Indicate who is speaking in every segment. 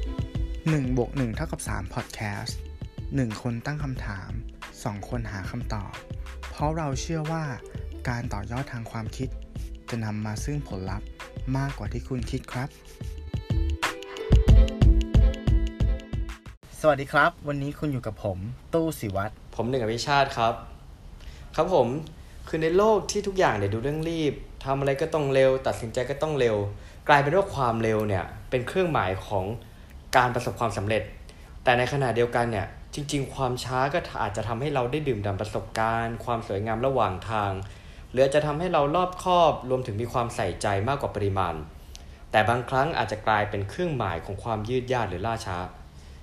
Speaker 1: 1บวก1เท่ากับ3 Podcast 1 คนตั้งคำถาม 2 คนหาคำตอบ เพราะเราเชื่อว่าการต่อยอดทางความคิด จะนำมาซึ่งผลลัพธ์มากกว่าที่คุณคิดครับ สวัสดีครับ วันนี้คุณอยู่กับผม ตู้สิวัตร
Speaker 2: ผมหนึ่งอภิชาติครับ ครับผมคือในโลกที่ทุกอย่างเนี่ยดูเร่งรีบทำอะไรก็ต้องเร็ว ตัดสินใจก็ต้องเร็ว กลายเป็นว่าความเร็วเนี่ยเป็นเครื่องหมายของการประสบความสำเร็จ แต่ในขณะเดียวกันเนี่ยจริง ๆ ความช้าก็อาจจะทำให้เราได้ดื่มด่ำประสบการณ์ ความสวยงามระหว่างทาง หรืออาจจะทำให้เรารอบคอบรวมถึงมีความใส่ใจมากกว่าปริมาณ แต่บางครั้งอาจจะกลายเป็นเครื่องหมายของความยืดยาดหรือล่าช้า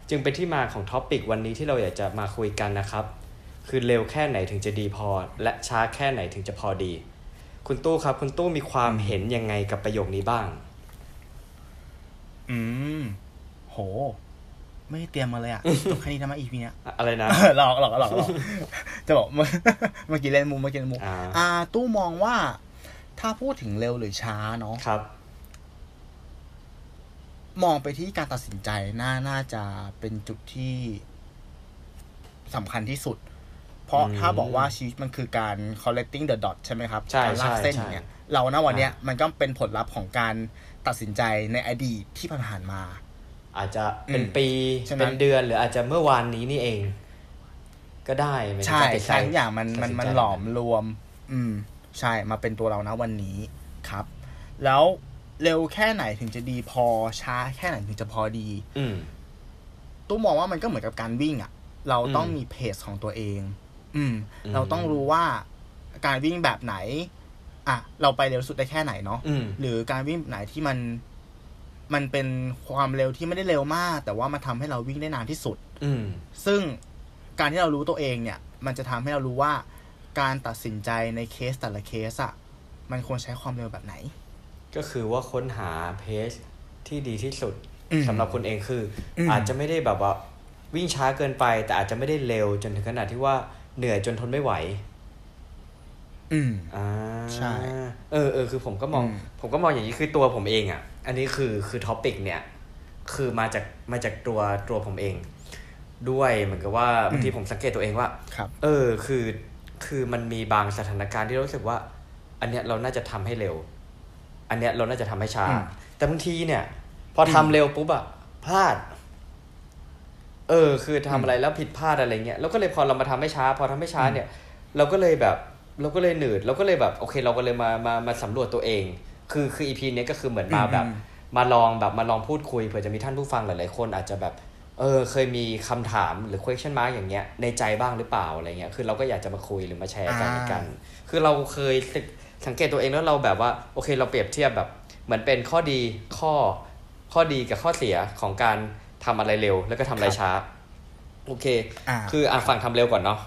Speaker 2: จึงเป็นที่มาของท็อปิกวันนี้ที่เราอยากจะมาคุยกันนะครับ คือเร็วแค่ไหนถึงจะดีพอ และช้าแค่ไหนถึงจะพอดี คุณตู้ครับ คุณตู้มีความเห็นยังไงกับประโยคนี้บ้าง
Speaker 1: อืม โห ไม่ได้เตรียมมาเลย อะตกแค่นี้ทำไมา EP เนี้ย
Speaker 2: อะอะไรนะ
Speaker 1: หลอกหลอกหลอกหลอกจะบอกเมื่อ เมื่อกี้เล่นมุมเมื่อกี้เล่นมุม
Speaker 2: อ่า
Speaker 1: อ่า ตู้มองว่า ถ้าพูดถึงเร็วหรือช้าเนาะ
Speaker 2: ครับ
Speaker 1: มองไปที่การตัดสินใจน่าน่าจะเป็นจุดที่สำคัญที่สุด เพราะ
Speaker 2: อืม
Speaker 1: ถ้าบอกว่าชีวิตมันคือการ collecting the dot ใช่ไหมครับ
Speaker 2: ใช่
Speaker 1: การลาก
Speaker 2: ใช่
Speaker 1: เส้น
Speaker 2: ใช่
Speaker 1: อย่างเงี้ยเราณวันเนี้ย
Speaker 2: อ่ามั
Speaker 1: มันก็เป็นผลลัพธ์ของการตัดสินใจในอดีตที่ผ่านๆมา
Speaker 2: อาจจะเป็น
Speaker 1: อืม
Speaker 2: ปี
Speaker 1: ใช่ไหม
Speaker 2: เป็นเดือนหรืออาจจะเมื่อวานนี้นี่เอง ก็ได้ไม่
Speaker 1: ใช่
Speaker 2: ตัดสินจ
Speaker 1: ใช่ทุกอย่างมันมันมัน
Speaker 2: ตัดสิใจ
Speaker 1: หลอมรวม อืม ใช่มาเป็นตัวเรานะวันนี้ครับ แล้วเร็วแค่ไหนถึงจะดีพอช้าแค่ไหนถึงจะพอดี
Speaker 2: อืม
Speaker 1: ตู้มองว่ามันก็เหมือนกับการวิ่งอะ่ะ เราต้อง
Speaker 2: อืม
Speaker 1: มีเพจของตัวเอง อืม
Speaker 2: อืม
Speaker 1: เราต้องรู้ว่าการวิ่งแบบไหน อ่ะ เราไปเร็วสุดได้แค่ไหนเนาะ
Speaker 2: อืม
Speaker 1: หรือการวิ่งแบบไหนที่มัน มันเป็นความเร็วที่ไม่ได้เร็วมาก แต่ว่ามันทำให้เราวิ่งได้นานที่สุด
Speaker 2: อืม
Speaker 1: ซึ่งการที่เรารู้ตัวเองเนี่ย มันจะทำให้เรารู้ว่าการตัดสินใจในเคสแต่ละเคสอะมันควรใช้ความเร็วแบบไหน
Speaker 2: ก็คือว่าค้นหาเพจที่ดีที่สุด
Speaker 1: อืม
Speaker 2: สำหรับคุณเองคืออ
Speaker 1: ม
Speaker 2: อาจจะไม่ได้แบบว่าวิ่งช้าเกินไป แต่อาจจะไม่ได้เร็วจนถึงขนาดที่ว่าเหนื่อยจนทนไม่ไหว
Speaker 1: อืม
Speaker 2: อ่า
Speaker 1: ใช่
Speaker 2: เออเออคือผมก็มอง
Speaker 1: อืม
Speaker 2: ผมก็มองอย่างนี้คือตัวผมเองอะ่ะ อันนี้คือคือท็อปิกเนี่ย คือมาจากมาจากตัวตัวผมเอง ด้วยเหมือนกับว่าบางทีผมสังเกตตัวเองว่า
Speaker 1: ครับ
Speaker 2: เออคือคือมันมีบางสถานการณ์ที่เรารู้สึกว่า อันเนี้ยเราน่าจะทำให้เร็ว อันเนี้ยเราน่าจะทำให้ช้า
Speaker 1: อืม
Speaker 2: แต่บางทีเนี่ย พอทำเร็วปุ๊บอะพลาด เออ คือทำอะไรแล้วผิดพลาดอะไรเงี้ยแล้วก็เลยพอเรามาทำให้ช้า พอทำให้ช้าเนี่ย เราก็เลยแบบ เราก็เลยหนืดเราก็เลยแบบโอเค เราก็เลยมามามาสำรวจตัวเอง คือคืออีพีเนี้ยก็คือเหมือนมาแบบ
Speaker 1: อืม
Speaker 2: มาลองแบบมาลองพูดคุยเผื่อจะมีท่านผู้ฟังหลายๆคนอาจจะแบบ เออ เคยมีคำถามหรือ question mark อย่างเงี้ยในใจบ้างหรือเปล่าอะไรเงี้ยคือเราก็อยากจะมาคุยหรือมาแชร์กัน
Speaker 1: อ่า
Speaker 2: กัน คือเราเคยสึกสังเกตตัวเองแล้วเราแบบว่าโอเคเราเปรียบเทียบแบบ เหมือนเป็นข้อดีข้อข้อดีกับข้อเสียของการทำอะไรเร็ว แล้วก็ทำอะไรช้า โอเค
Speaker 1: อ่า
Speaker 2: คืออ่ะฝั่งทำเร็วก่อนเนาะ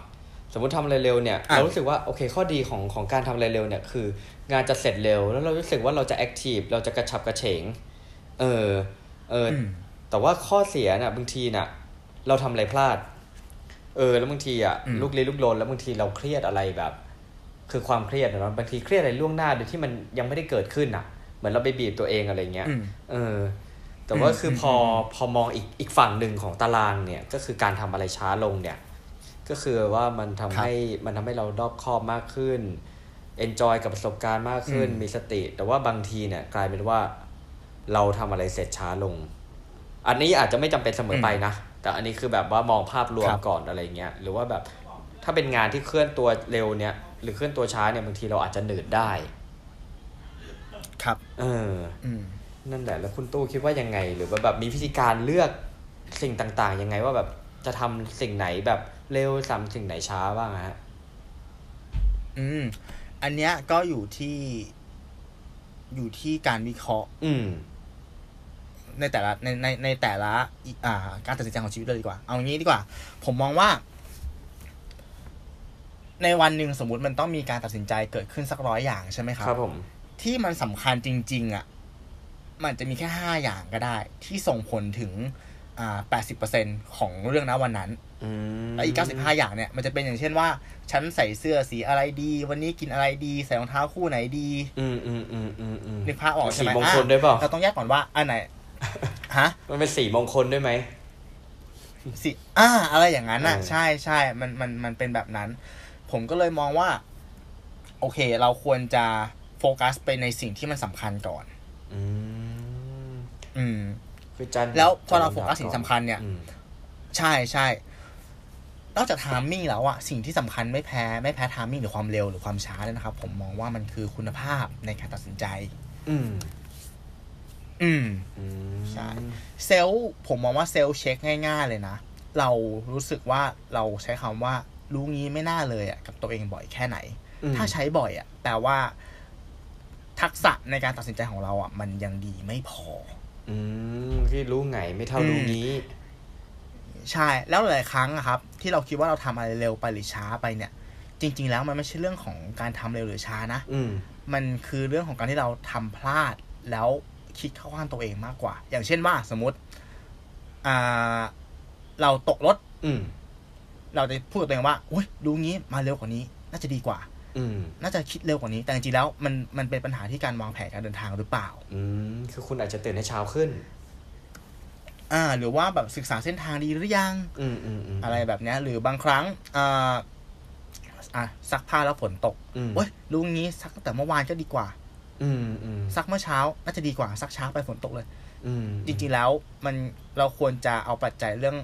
Speaker 2: สมมติทำอะไรเร็วเนี่ย
Speaker 1: อ่ะ
Speaker 2: เรารู้สึกว่าโอเคข้อดีของของการทำอะไรเร็วเนี่ยคืองานจะเสร็จเร็ว แล้วเรารู้สึกว่าเราจะแอคทีฟเราจะกระฉับกระเฉง เออเอออ
Speaker 1: ม
Speaker 2: แต่ว่าข้อเสียน่ะบางทีน่ะ เราทำอะไรพลาด เออ แล้วบางทีอ่ะ
Speaker 1: อืม
Speaker 2: ลูกเลี้ยลูกลนแล้วบางทีเราเครียดอะไรแบบ คือความเครียดนะเนาะบางทีเครียดอะไรล่วงหน้าโดยที่มันยังไม่ได้เกิดขึ้นอ่ะ เหมือนเราไปบีบตัวเองอะไรเงี้ย
Speaker 1: อืม
Speaker 2: เออ แต่ว่า
Speaker 1: อืม
Speaker 2: คืออ
Speaker 1: ม
Speaker 2: พอพอมองอีกอีกฝั่งหนึ่งของตารางเนี่ย ก็คือการทำอะไรช้าลงเนี่ย ก็คือว่ามันทำ
Speaker 1: ครับ
Speaker 2: ให้มันทำให้เรารอบคอบมากขึ้น enjoy กับประสบการณ์มากขึ้น
Speaker 1: อืม
Speaker 2: มีสติ แต่ว่าบางทีเนี่ย กลายเป็นว่า เราทำอะไรเสร็จช้าลง อันนี้อาจจะไม่จำเป็นเสมอไปนะ แต่อันนี้คือแบบว่ามองภาพรวม
Speaker 1: ครับ
Speaker 2: ก่อนอะไรเงี้ย หรือว่าแบบถ้าเป็นงานที่เคลื่อนตัวเร็วเนี่ย หรือเคลื่อนตัวช้าเนี่ยบางทีเราอาจจะหนืดได้
Speaker 1: ครับ
Speaker 2: เออ
Speaker 1: อืม
Speaker 2: นั่นแหละแล้วคุณตู้คิดว่ายังไง หรือว่าแบบมีวิธีการเลือกสิ่งต่างๆยังไงว่าแบบจะทำสิ่งไหนแบบเร็วทำสิ่งไหนช้าบ้างฮะ
Speaker 1: อืม อันเนี้ยก็อยู่ที่ อยู่ที่การวิเคราะห์
Speaker 2: อืม
Speaker 1: ในแต่ละในในในแต่ละอีอ่า การตัดสินใจของชีวิตเลยดีกว่า เอางี้ดีกว่า ผมมองว่า ในวันหนึ่งสมมติมันต้องมีการตัดสินใจเกิดขึ้นสักร้อยอย่างใช่ไหมครั
Speaker 2: ครับผม
Speaker 1: ที่มันสำคัญจริง ๆ อ่ะ มันจะมีแค่ห้าอย่างก็ได้ ที่ส่งผลถึงอ่าแปดสิบเปอร์เซ็นของเรื่องนะวันนั้น
Speaker 2: อืม
Speaker 1: แล้วอีกเก้าสิบห้าอย่างเนี่ย มันจะเป็นอย่างเช่นว่า ฉันใส่เสื้อสีอะไรดี วันนี้กินอะไรดี ใส่รองเท้าคู่ไหนดี
Speaker 2: อืมอืมอืมอืมอืม
Speaker 1: นึกภาพออกใช่
Speaker 2: สี
Speaker 1: ไหม
Speaker 2: มงคล
Speaker 1: อ่ะ
Speaker 2: ด้วยเปล่า
Speaker 1: เราต้องแยกก่อนว่า อันไหน ฮะ
Speaker 2: มันเป็นสีมงคลด้วยไหม
Speaker 1: สิอ่าอะไรอย่างนั้นน่ะ
Speaker 2: เออ
Speaker 1: ใช่ใช่มันมันมันเป็นแบบนั้น ผมก็เลยมองว่า โอเค เราควรจะโฟกัสไปในสิ่งที่มันสำคัญก่อน
Speaker 2: อืม
Speaker 1: อืม
Speaker 2: คือจัน
Speaker 1: แล้วพอเรา
Speaker 2: จั
Speaker 1: โฟกัสสิ่งสำคัญเนี่ย
Speaker 2: อืม
Speaker 1: ใช่ใช่นอกจากทามมิ่งแล้วอะสิ่งที่สำคัญไม่แพ้ไม่แพ้ทามมิ่งหรือความเร็วหรือความช้าเลยนะครับ ผมมองว่ามันคือคุณภาพในการตัดสินใจ
Speaker 2: อืม
Speaker 1: อืม
Speaker 2: อืม
Speaker 1: ใช่ เซลล์ผมมองว่าเซลล์เช็คง่ายๆเลยนะ เรารู้สึกว่าเราใช้คำว่ารู้งี้ไม่น่าเลยอะกับตัวเองบ่อยแค่ไหน
Speaker 2: อืม
Speaker 1: ถ้าใช้บ่อยอะแปลว่า ทักษะในการตัดสินใจของเราอะมันยังดีไม่พอ
Speaker 2: อืมที่รู้ไงไม่เท่า
Speaker 1: อืม
Speaker 2: รู้นี้
Speaker 1: ใช่แล้วหลายๆครั้งอะครับ ที่เราคิดว่าเราทำอะไรเร็วไปหรือช้าไปเนี่ย จริง ๆ แล้วมันไม่ใช่เรื่องของการทำเร็วหรือช้านะ
Speaker 2: อืม
Speaker 1: มันคือเรื่องของการที่เราทำพลาดแล้วคิดเข้าข้างตัวเองมากกว่า อย่างเช่นว่าสมมติอ่าเราตกรถ
Speaker 2: อืม
Speaker 1: เราจะพูดกับตัวเองว่าอุ้ยรู้งี้มาเร็วกว่านี้ น่าจะดีกว่า
Speaker 2: อืม
Speaker 1: น่าจะคิดเร็วกว่านี้ แต่จริงๆแล้วมันมันเป็นปัญหาที่การวางแผนการเดินทางหรือเปล่า
Speaker 2: อืมคือคุณอาจจะตื่นให้เช้าขึ้น
Speaker 1: อ่า หรือว่าแบบศึกษาเส้นทางดีหรือยัง
Speaker 2: อืมอืมอืม
Speaker 1: อะไรแบบเนี้ยหรือบางครั้งอ่าอ่ะซักผ้าแล้วฝนตก
Speaker 2: อืม
Speaker 1: เว้ยรู้งี้ซักตั้งแต่เมื่อวานก็ดีกว่า
Speaker 2: อืมอืม
Speaker 1: ซักเมื่อเช้า น่าจะดีกว่าซักเช้าไปฝนตกเลย
Speaker 2: อืม
Speaker 1: จริงๆแล้วมันเราควรจะเอาปัจจัยเรื่อง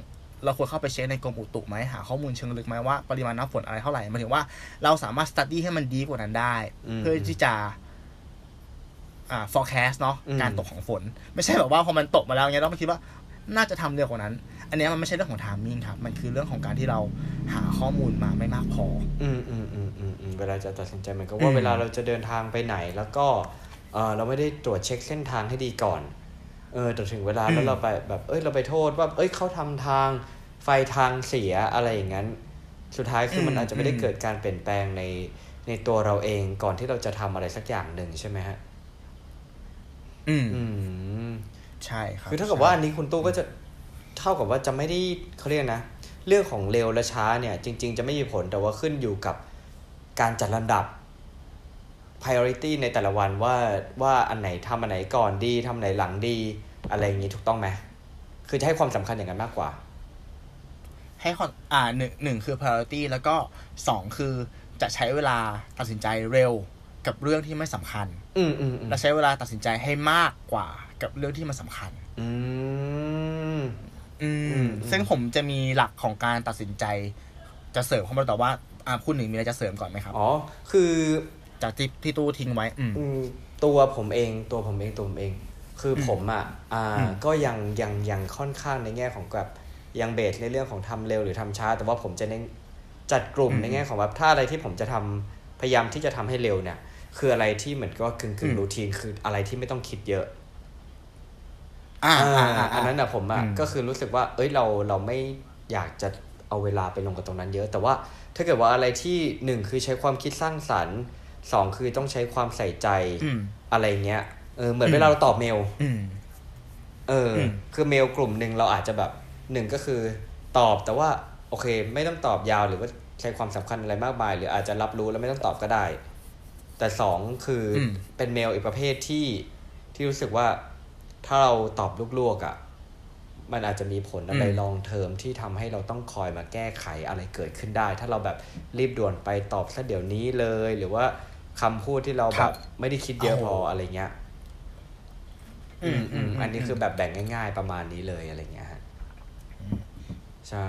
Speaker 1: เราควรเข้าไปเช็คในกรมอุตุไหมหาข้อมูลเชิงลึกไหมว่าปริมาณน้ำฝนอะไรเท่าไหร่หมายถึงว่าเราสามารถสตัดดี้ให้มันดีกว่านั้นได้
Speaker 2: ม
Speaker 1: เพื่อที่จะอ่า forecast เนาะ
Speaker 2: อืม
Speaker 1: การตกของฝน ไม่ใช่แบบว่าพอมันตกมาแล้วเงี้ยเราไปคิดว่าน่าจะทำเร็วกว่านั้น อันเนี้ยมันไม่ใช่เรื่องของ timing ครับ มันคือเรื่องของการที่เราหาข้อมูลมาไม่มากพอ
Speaker 2: อืมอืมอืมอืมอืมเวลาจะตัดสินใจเหมือนกับ
Speaker 1: อื
Speaker 2: ว่าม เวลาเราจะเดินทางไปไหน แล้วก็เออเราไม่ได้ตรวจเช็คเส้นทางให้ดีก่อนเออแต่ถึงเวลาแล้วเราไปแบบเอ้ยเราไปโทษว่า เอ้ยเขาทำทางไฟทางเสียอะไรอย่างนั้น สุดท้ายคือมันอาจจะไม่ได้เกิดการเปลี่ยนแปลงในในตัวเราเองก่อนที่เราจะทำอะไรสักอย่างหนึ่งใช่ไหมฮะ
Speaker 1: อืม
Speaker 2: อืม
Speaker 1: ใช่ครับ
Speaker 2: คือเท่ากับว่าอันนี้คุณตู้ก็จะเท่ากับว่าจะไม่ได้เขาเรียกนะ เรื่องของเร็วและช้าเนี่ย จริง ๆ จะไม่มีผลแต่ว่าขึ้นอยู่กับการจัดลำดับ priority ในแต่ละวันว่าว่าอันไหนทำอันไหนก่อนดีทำอันไหนหลังดี อะไรอย่างนี้ถูกต้องไหมคือจะให้ความสำคัญอย่างนั้นมากกว่า
Speaker 1: ให้ข้ออ่าหนึ่งหนึ่งคือ priority แล้วก็สองคือจะใช้เวลาตัดสินใจเร็วกับเรื่องที่ไม่สำคัญ
Speaker 2: อืมอืมอืม
Speaker 1: และใช้เวลาตัดสินใจให้มากกว่ากับเรื่องที่มันสำคัญ
Speaker 2: อืม
Speaker 1: อื
Speaker 2: อื
Speaker 1: ม
Speaker 2: ม
Speaker 1: ซึ่งผมจะมีหลักของการตัดสินใจ จะเสริมเข้ามาแต่ว่าอ่าคุณหนึ่งมีอะไรจะเสริมก่อนไหมครับ
Speaker 2: อ๋อคือ
Speaker 1: จากที่ที่ตู้ทิ้งไว้ อืม
Speaker 2: อืมตัวผมเองตัวผมเองตัวผมเอง คือผมอ่ะอ่า
Speaker 1: อืม
Speaker 2: ก็ยังยังยังค่อนข้างในแง่ของแบบยังเบสในเรื่องของทำเร็วหรือทำช้า แต่ว่าผมจะเน้นจัดกลุ่มในแง่ของแบบถ้าอะไรที่ผมจะทำพยายามที่จะทำให้เร็วเนี่ย คืออะไรที่เหมือนก็กึ่งกึ่งรูทีนคืออะไรที่ไม่ต้องคิดเยอะ
Speaker 1: อ่า
Speaker 2: อ่า
Speaker 1: อ่าา
Speaker 2: อันนั้นอ่ะผมอ่ะ
Speaker 1: อืม
Speaker 2: ก็คือรู้สึกว่า เอ้ยเราเราไม่อยากจะเอาเวลาไปลงกับตรงนั้นเยอะ แต่ว่าถ้าเกิดว่าอะไรที่หนึ่งคือใช้ความคิดสร้างสรรค์สองคือต้องใช้ความใส่ใจ
Speaker 1: อืม
Speaker 2: อะไรเงี้ยเออเหมือ
Speaker 1: อื
Speaker 2: น
Speaker 1: ม
Speaker 2: เวลาเราตอบเมล
Speaker 1: อืม
Speaker 2: เอออ
Speaker 1: ม
Speaker 2: คือเมลกลุ่มหนึ่งเราอาจจะแบบหนึ่งก็คือตอบแต่ว่าโอเค ไม่ต้องตอบยาวหรือว่าใช้ความสำคัญอะไรมากมาย หรืออาจจะรับรู้แล้วไม่ต้องตอบก็ได้ แต่สองคืออ
Speaker 1: ม
Speaker 2: เป็นเมลอีกประเภทที่ที่รู้สึกว่าถ้าเราตอบลวกๆอะ่ะมันอาจจะมีผลอะไรลองเทอมที่ทำให้เราต้องคอยมาแก้ไขอะไรเกิดขึ้นได้ ถ้าเราแบบรีบด่วนไปตอบซะเดี๋ยวนี้เลย หรือว่าคำพูดที่เรา
Speaker 1: ค
Speaker 2: แบ
Speaker 1: รั
Speaker 2: บบ ไม่ได้คิดเยอะพอ
Speaker 1: โอ้
Speaker 2: อะไรเงี้ย อืมอืมอันนี้คือแบบแบ่งง่าย ๆ ประมาณนี้เลยอะไรเงี้ยฮะใช่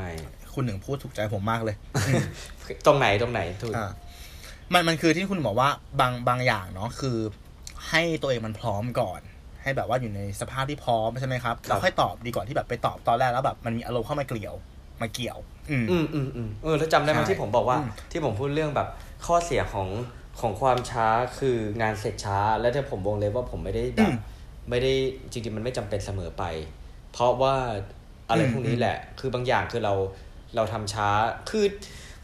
Speaker 1: คุณหนึ่งพูดถูกใจผมมากเลย
Speaker 2: ตรงไหนตรงไหนถูก
Speaker 1: อ่า มันมันคือที่คุณบอกว่าบางบางอย่างเนาะคือ ให้ตัวเองมันพร้อมก่อน ให้แบบว่าอยู่ในสภาพที่พร้อมใช่ไหมครับเราค่อยตอบดีกว่าที่แบบไปตอบตอนแรกแล้วแบบมันมีอารมณ์เข้ามาเกลี่ยว มาเกี่ยว อืม
Speaker 2: อืมอืมอืมเออแล้วจำได้ไหม
Speaker 1: ใช่
Speaker 2: ที่ผมบอกว่า
Speaker 1: อืม
Speaker 2: ที่ผมพูดเรื่องแบบข้อเสียของของความช้าคืองานเสร็จช้า แล้วที่ผมวงเล็บว่าผมไม่ได้แบบไม่ได้จริงๆมันไม่จำเป็นเสมอไป เพราะว่าอะไรพวกนี้แหละ คือบางอย่างคือเราเราทำช้าคือ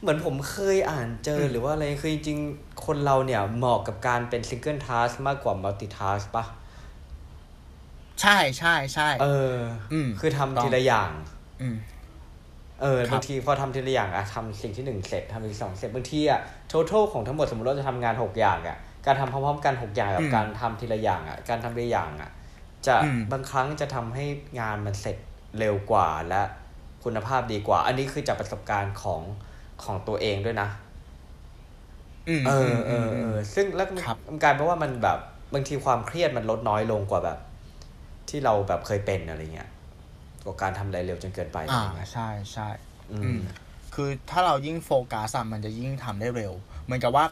Speaker 2: เหมือนผมเคยอ่านเจออหรือว่าอะไรคือจริงๆคนเราเนี่ยเหมาะกับการเป็นซิงเกิลทัสมากกว่ามัลติทัสปะ
Speaker 1: ใช่ใช่ใช่
Speaker 2: เอออ
Speaker 1: ม
Speaker 2: คือทำ
Speaker 1: ถูกต้อง
Speaker 2: ทีละอย่าง
Speaker 1: อืม
Speaker 2: เออ
Speaker 1: ครับ
Speaker 2: บางทีพอทำทีละอย่างอะทำสิ่งที่หนึ่งเสร็จทำสิ่งที่สองเสร็จบางทีอะทั้ทของทั้งหมดสมมติเราจะทำงานหกอย่างอะการทำพร้อมๆกันหกอย่างกับการทำทีละอย่างอะการทำทีละอย่างอะจะ
Speaker 1: อืม
Speaker 2: บางครั้งจะทำให้งานมันเสร็จเร็วกว่าและ คุณภาพดีกว่า อันนี้คือจากประสบการณ์ของของตัวเองด้วยนะ
Speaker 1: ม
Speaker 2: เออ
Speaker 1: ม
Speaker 2: เออเอ
Speaker 1: ม
Speaker 2: อซึ่งแล้วมัน
Speaker 1: ครับ
Speaker 2: มันกลายเป็นว่ามันแบบบางทีความเครียดมันลดน้อยลงกว่าแบบ ที่เราแบบเคยเป็นอะไรเงี้ยกว่าการทำอะไรเร็วจนเกินไปอะไร
Speaker 1: อ่า
Speaker 2: เงี้ย
Speaker 1: ใช่ใช่
Speaker 2: อื
Speaker 1: อื
Speaker 2: ม
Speaker 1: มคือถ้าเรายิ่งโฟกัสอะมันจะยิ่งทำได้เร็ว เหมือนกับว่า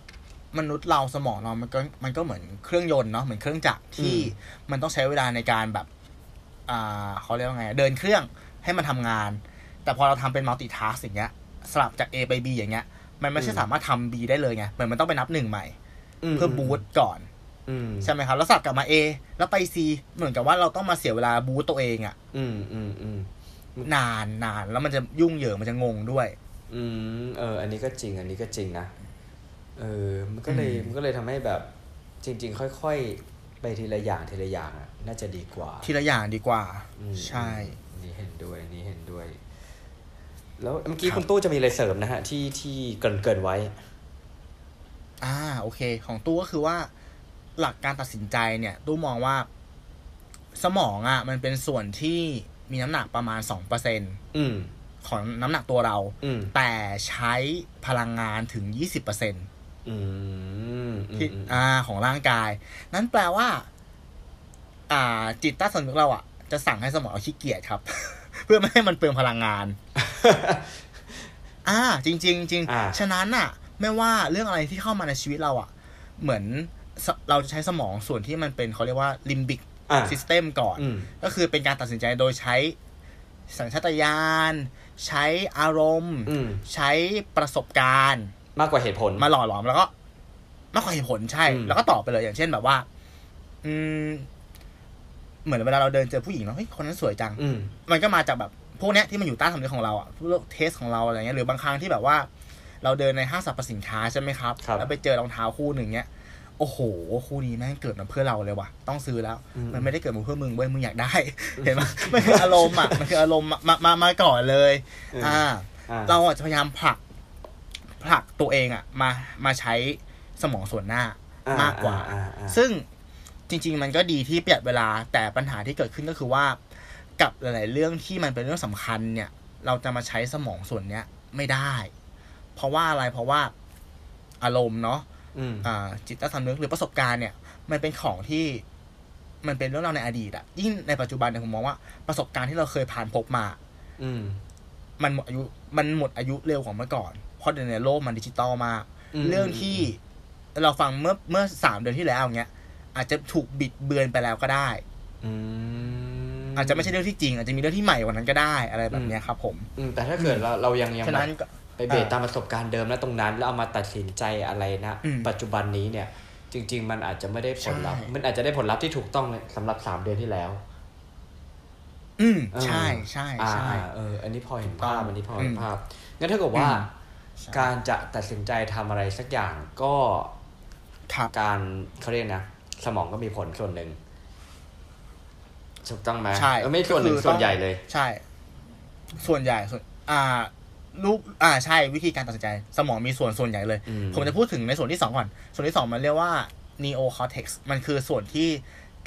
Speaker 1: มนุษย์เราสมองเรา มันก็มันก็เหมือนเครื่องยนต์เนาะ เหมือนเครื่องจักรที่
Speaker 2: อื
Speaker 1: มันต้องใช้เวลาในการแบบ อ่าเขาเรียกว่าไง เดินเครื่องให้มันทำงาน แต่พอเราทำเป็นมัลติทัสอย่างเงี้ย สลับจาก A ไป B อย่างเงี้ย มันไม่ใช่
Speaker 2: อืม
Speaker 1: สามารถทำ B ได้เลยไง เหมือนมันต้องไปนับหนึ่งใหม่
Speaker 2: ม
Speaker 1: เพื่อบูตก่อน
Speaker 2: อืม
Speaker 1: ใช่ไหมครับ แล้วสลับกลับมา A แล้วไป C เหมือนกับว่าเราต้องมาเสียเวลาบูตตัวเองอะ
Speaker 2: อืมอืมอืม
Speaker 1: นานนานแล้วมันจะยุ่งเหยิงมันจะงงด้วย
Speaker 2: อืมเออ อันนี้ก็จริง อันนี้ก็จริงนะ เออ มันก็เลย
Speaker 1: อืม
Speaker 2: มันก็เลยทำให้แบบจริง ๆ ค่อย ๆ ไปทีละอย่างทีละอย่างอ่ะ น่าจะดีกว่า
Speaker 1: ทีละอย่างดีกว่า
Speaker 2: อืม
Speaker 1: ใช่
Speaker 2: อันนี่เห็นด้วยอันนี่เห็นด้วย แล้วเมื่อกี้
Speaker 1: ครับ
Speaker 2: คุณตู้จะมีอะไรเสริมนะฮะ ที่ที่เกรินเกรินไว้
Speaker 1: อ่าโอเค ของตู้ก็คือว่าหลักการตัดสินใจเนี่ย ตู้มองว่า สมองอะ่ะ มันเป็นส่วนที่มีน้ำหนักประมาณสองเปอร์เซ็น
Speaker 2: อืม
Speaker 1: ของน้ำหนักตัวเรา
Speaker 2: อืม
Speaker 1: แต่ใช้พลังงานถึงยี่สิบเปอร์เซ็น
Speaker 2: อืมอืม
Speaker 1: ที่
Speaker 2: อืม
Speaker 1: อ่าของร่างกาย นั้นแปลว่า อ่า จิตใต้สำนึกเราอะ่ะ จะสั่งให้สมองเราขี้เกียจครับ เพื่อไม่ให้มันเปลืองพลังงาน อ่า จริงๆจริงจริง
Speaker 2: อ่า
Speaker 1: ฉะนั้นน่ะ ไม่ว่าเรื่องอะไรที่เข้ามาในชีวิตเราอะ่ะ เหมือนสเราจะใช้สมองส่วนที่มันเป็นเขาเรียกว่าลิมบิก
Speaker 2: อ่า
Speaker 1: ซิสเต็มก่อน
Speaker 2: อืม
Speaker 1: ก็คือเป็นการตัดสินใจโดยใช้สัญชาตญาณใช้อารมณ์
Speaker 2: อืม
Speaker 1: ใช้ประสบการณ์
Speaker 2: มากกว่าเหตุผล
Speaker 1: มาหล่อหลอมแล้วก็มากกว่าเหตุผลใช่
Speaker 2: อืม
Speaker 1: แล้วก็ตอบไปเลย อย่างเช่นแบบว่า อืม เหมือนเวลาเราเดินเจอผู้หญิงเนาะเฮ้ยคนนั้นสวยจัง
Speaker 2: อืม
Speaker 1: มันก็มาจากแบบพวกเนี้ยที่มันอยู่ใต้สำนึกของเราอะพวกเทสของเราอะไรเงี้ยหรือบางครั้งที่แบบว่า เราเดินในห้างสรรพสินค้าใช่ไหมครับ
Speaker 2: ครับ
Speaker 1: แล้วไปเจอรองเท้าคู่หนึ่งเงี้ยโอ้โห คู่นี้แม่งเกิดมาเพื่อเราเลยว่ะต้องซื้อแล้ว มันไม่ได้เกิดมาเพื่อมึงเว้ยมึงอยากได้ เห็นไหมมันคืออารมณ์อะมันคืออารมณ์อะมามามาก่อนเลย อ่า
Speaker 2: อ่า
Speaker 1: เราอะจะพยายามผลักผลักตัวเองอะมามาใช้สมองส่วนหน้า
Speaker 2: อ่
Speaker 1: มากกว่า
Speaker 2: อ่อ่า
Speaker 1: ซึ่งจริง ๆ มันก็ดีที่ประหยัดเวลาแต่ปัญหาที่เกิดขึ้นก็คือว่ากับหลาย ๆ เรื่องที่มันเป็นเรื่องสำคัญเนี่ย เราจะมาใช้สมองส่วนเนี้ยไม่ได้ เพราะว่าอะไรเพราะว่าอารมณ์เนาะ
Speaker 2: อืม
Speaker 1: อ่าจิตใต้สำนึกหรือประสบการณ์เนี่ย มันเป็นของที่มันเป็นเรื่องราวในอดีตอะยิ่งในปัจจุบันเนี่ยผมมองว่าประสบการณ์ที่เราเคยผ่านพบมา
Speaker 2: อืม
Speaker 1: มันหมดอายุมันหมดอายุเร็วกว่าเมื่อก่อน เพราะเดี๋ยวในโลกมันดิจิตอลมาก
Speaker 2: อืม
Speaker 1: เรื่องที่เราฟังเมื่อเมื่อสามเดือนที่แล้วอย่างเงี้ย อาจจะถูกบิดเบือนไปแล้วก็ได้
Speaker 2: อืม
Speaker 1: อาจจะไม่ใช่เรื่องที่จริง อาจจะมีเรื่องที่ใหม่กว่านั้นก็ได้อะไรแบบเนี้ยครับ ผม
Speaker 2: อืมแต่ถ้าเกิดเราเรายังยัง
Speaker 1: ฉะนั้น
Speaker 2: แบบ
Speaker 1: ก็
Speaker 2: ไปเบส
Speaker 1: อ่า
Speaker 2: ตามประสบการณ์เดิมนะตรงนั้น แล้วเอามาตัดสินใจอะไรนะ
Speaker 1: อืม
Speaker 2: ปัจจุบันนี้เนี่ย จริง ๆ มันอาจจะไม่ได้ผลลัพธ์
Speaker 1: ใช่
Speaker 2: มันอาจจะได้ผลลัพธ์ที่ถูกต้องสำหรับสามเดือนที่แล้ว
Speaker 1: อืม
Speaker 2: เออ
Speaker 1: ใช่ใช่
Speaker 2: อ่า
Speaker 1: ใช่
Speaker 2: อ่าเอออันนี้พอเห็นภา
Speaker 1: ถู
Speaker 2: พ
Speaker 1: กต้อง
Speaker 2: อันนี้พอเห็
Speaker 1: อื
Speaker 2: น
Speaker 1: ม
Speaker 2: ภาพงั้นถ้าเกิดว่า
Speaker 1: อืมใช่
Speaker 2: การจะตัดสินใจทำอะไรสักอย่างก็
Speaker 1: ครับ
Speaker 2: การเขาเรียกนะ สมองก็มีผลส่วนหนึ่งถูกต้องไหม
Speaker 1: ใช่
Speaker 2: เออไม่ส่วนหนึ่ง
Speaker 1: ก็คือ
Speaker 2: ส่วนใหญ่เลย
Speaker 1: ใช่ ส่วนใหญ่ส่วนอ่ารูปอ่าใช่วิธีการตัดสินใจ สมองมีส่วนส่วนใหญ่เลย
Speaker 2: อืม
Speaker 1: ผมจะพูดถึงในส่วนที่สองก่อน ส่วนที่สองมันเรียกว่า neo cortex มันคือส่วนที่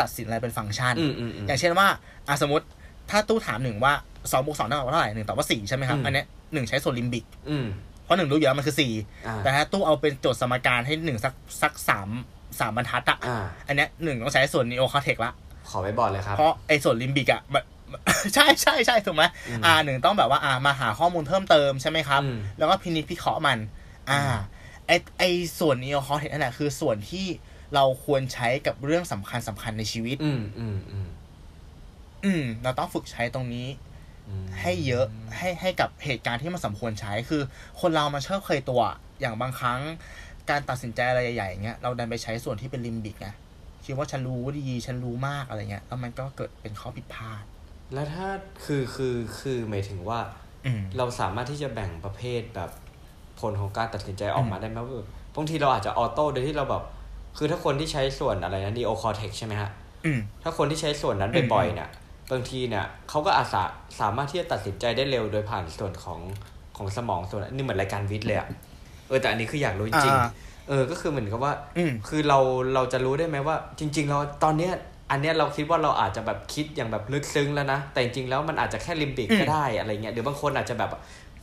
Speaker 1: ตัดสินอะไรเป็นฟังก์ชัน
Speaker 2: อืมอืมอืม
Speaker 1: อย่างเช่นว่าอ่ะสมมติถ้าตู้ถามหนึ่งว่าสองบวกสองเท่ากับเท่าไหร่หนึ่งตอบว่าสี่ใช่ไหมครับ
Speaker 2: อืม
Speaker 1: อันเนี้ยหนึ่งใช้ส่วนลิมบิก
Speaker 2: อืม
Speaker 1: เพราะหนึ่งรู้อยู่แล้วมันคือสี่
Speaker 2: อ่า
Speaker 1: แต่ถ้าตู้เอาเป็นโจทย์สมการให้หนึ่งสักสักสามสามบรรทัดอะ
Speaker 2: อ่า
Speaker 1: อันเนี้ยหนึ่งต้องใช้ส่วน neo cortex ละ
Speaker 2: ขอไว้บอร์ดเลยครับ
Speaker 1: เพราะไอ้ส่วนลิมบิกอะมัน ใช่ใช่ใช่ถูกไหม
Speaker 2: อืม
Speaker 1: อ่าหนึ่งต้องแบบว่าอ่ามาหาข้อมูลเพิ่มเติมใช่ไหมครับ
Speaker 2: อืม
Speaker 1: แล้วก็พินิจพิเคราะห์มัน อ่าไอไอส่วนน e โอคอเทนนั่นแหละคือส่วนที่เราควรใช้กับเรื่องสำคัญสำคัญในชีวิต
Speaker 2: อืมอืมอืม
Speaker 1: อืม เราต้องฝึกใช้ตรงนี้
Speaker 2: อืม
Speaker 1: ให้เยอะให้ให้กับเหตุการณ์ที่มันสมควรใช้คือ คนเรามันชอบเคยตัวอย่างบางครั้ง การตัดสินใจอะไรใหญ่ๆอย่างเงี้ยเราดันไปใช้ส่วนที่เป็นลิมบิกไงคิดว่าฉันรู้ดีฉันรู้มากอะไรเงี้ยแล้วมันก็เกิดเป็นข้อผิดพลาด
Speaker 2: แล้วถ้าคือคือคือหมายถึงว่า
Speaker 1: อืม
Speaker 2: เราสามารถที่จะแบ่งประเภทแบบผลของการตัดสินใจออกมาได้ไหมว่าแบบบางทีเราอาจจะออโต้โดยที่เราแบบ คือถ้าคนที่ใช้ส่วนอะไรนะนีโอคอเทคใช่ไหมฮะ
Speaker 1: อืม
Speaker 2: ถ้าคนที่ใช้ส่วนนั้น
Speaker 1: อืม
Speaker 2: บ่อยๆเนี่ยบางทีเนี่ยเขาก็อาจสาสามารถที่จะตัดสินใจได้เร็วโดยผ่านส่วนของของสมองส่วนนี่เหมือนรายการวิทย์เลยอะเออแต่อันนี้คืออยากรู้จริง
Speaker 1: อ่า
Speaker 2: ๆเออก็คือเหมือนกับว่า
Speaker 1: อืม
Speaker 2: คือเราเราจะรู้ได้ไหมว่า จริง ๆ เราตอนเนี้ย อันเนี้ยเราคิดว่าเราอาจจะแบบคิดอย่างแบบลึกซึ้งแล้วนะ แต่จริงๆแล้วมันอาจจะแค่ลิมบิกก็ได้อะไรเงี้ยหรือบางคนอาจจะแบบ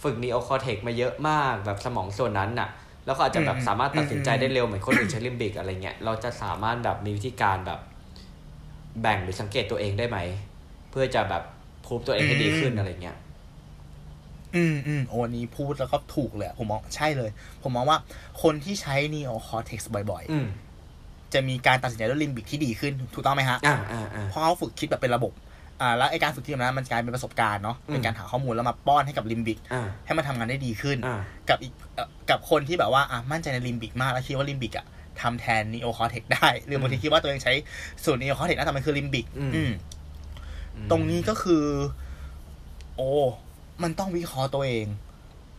Speaker 2: ฝึกนีโอคอเทกมาเยอะมากแบบสมองส่วนนั้นน่ะ แล้วก็อาจจะแบบ
Speaker 1: อืม
Speaker 2: สามารถตัดสินใจ
Speaker 1: อืม
Speaker 2: ได้เร็วเหมือนคนอื่นใช้ลิมบิกอะไรเงี้ยเราจะสามารถแบบมีวิธีการแบบ แบ่งหรือสังเกตตัวเองได้ไหม เพื่อจะแบบพูบตัวเองให้ดีขึ้นอะไรเงี้ย
Speaker 1: อืมอืมโอ้วันนี้พูดแล้วก็ถูกเลยอะผมมองใช่เลย ผมมองว่าคนที่ใช้ neo cortex บ่อย
Speaker 2: อืม
Speaker 1: ๆ จะมีการตัดสินใจด้วยลิมบิกที่ดีขึ้น ถูกต้องไหมฮะ
Speaker 2: อ่าอ่าอ่า
Speaker 1: เพราะเขาฝึกคิดแบบเป็นระบบ อ่า แล้วไอการฝึกคิดแบบนั้นมันกลายเป็นประสบการณ์เนาะ
Speaker 2: อืม
Speaker 1: เป็นการหาข้อมูลแล้วมาป้อนให้กับลิมบิก
Speaker 2: อ่า
Speaker 1: ให้มันทำงานได้ดีขึ้น
Speaker 2: อ่า
Speaker 1: กับอีกเอ่อกับคนที่แบบว่าอ่ะมั่นใจในลิมบิกมากแล้วคิดว่าลิมบิกอะทำแทนนีโอคอเทกได้ หรือบางทีคิดว่าตัวเองใช้ส่วนนีโอคอเทกน่าจะมันคือลิมบิก
Speaker 2: อืม
Speaker 1: อืม ตรงนี้ก็คือ โอ้มันต้องวิเคราะห์ตัวเอง